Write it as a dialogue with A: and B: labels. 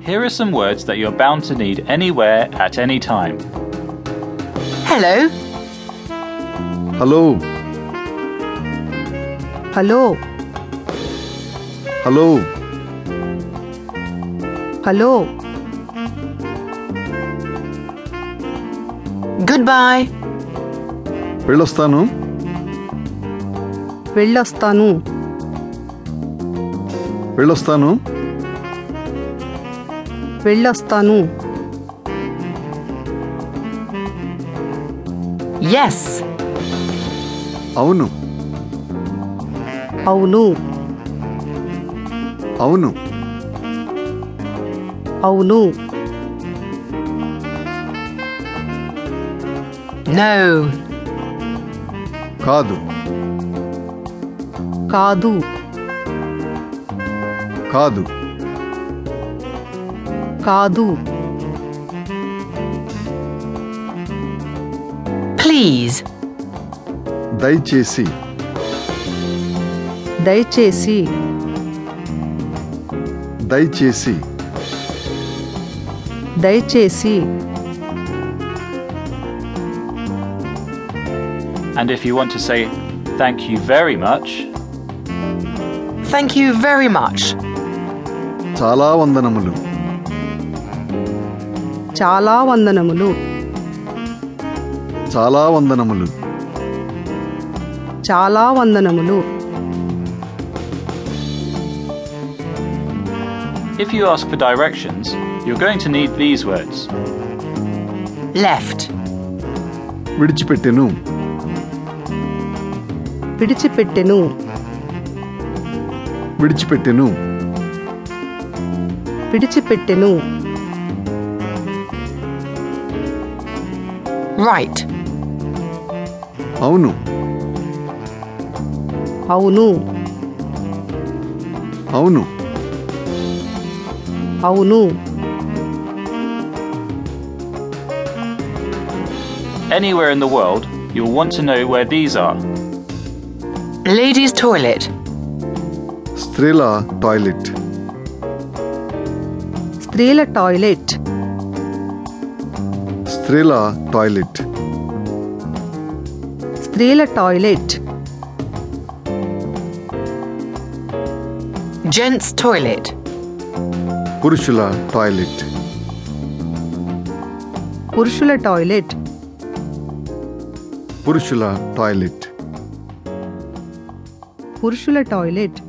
A: Here are some words that you're bound to need anywhere at any time.
B: Hello.
C: Hello,
D: Hello,
C: hello,
D: hello,
B: Goodbye.
C: వెళ్ళొస్తాను
D: వెళ్ళొస్తాను
C: వెళ్ళొస్తాను
D: వెళ్ళొస్తాను
B: Yes.
C: అవును
D: అవును
C: అవును
D: అవును
B: No.
C: కాదు
D: కాదు
C: కాదు
D: కాదు
B: Please.
C: దయచేసి
D: దయచేసి
C: దయచేసి
D: దయచేసి
A: And if you want to say thank you very much,
B: Thank you very much.
C: చాలా వందనములు
D: చాలా వందనములు
C: చాలా వందనములు
D: చాలా వందనములు
A: if you ask for directions, you're going to need these words.
B: Left.
C: విడిచిపెట్టెను
D: విడిచిపెట్టెను
C: విడిచిపెట్టెను
D: విడిచిపెట్టెను
B: Right.
C: అవును
D: అవును
C: అవును
D: అవును
A: Anywhere in the world, you'll want to know where these are.
B: Ladies' toilet.
C: స్త్రీల టాయిలెట్
D: స్త్రీల టాయిలెట్
C: స్త్రీల టాయిలెట్
D: స్త్రీల టాయిలెట్
B: Gents' toilet.
C: పురుషుల toilet
D: పురుషుల టాయిలెట్
C: పురుషుల టాయిలెట్
D: పురుషుల టాయిలెట్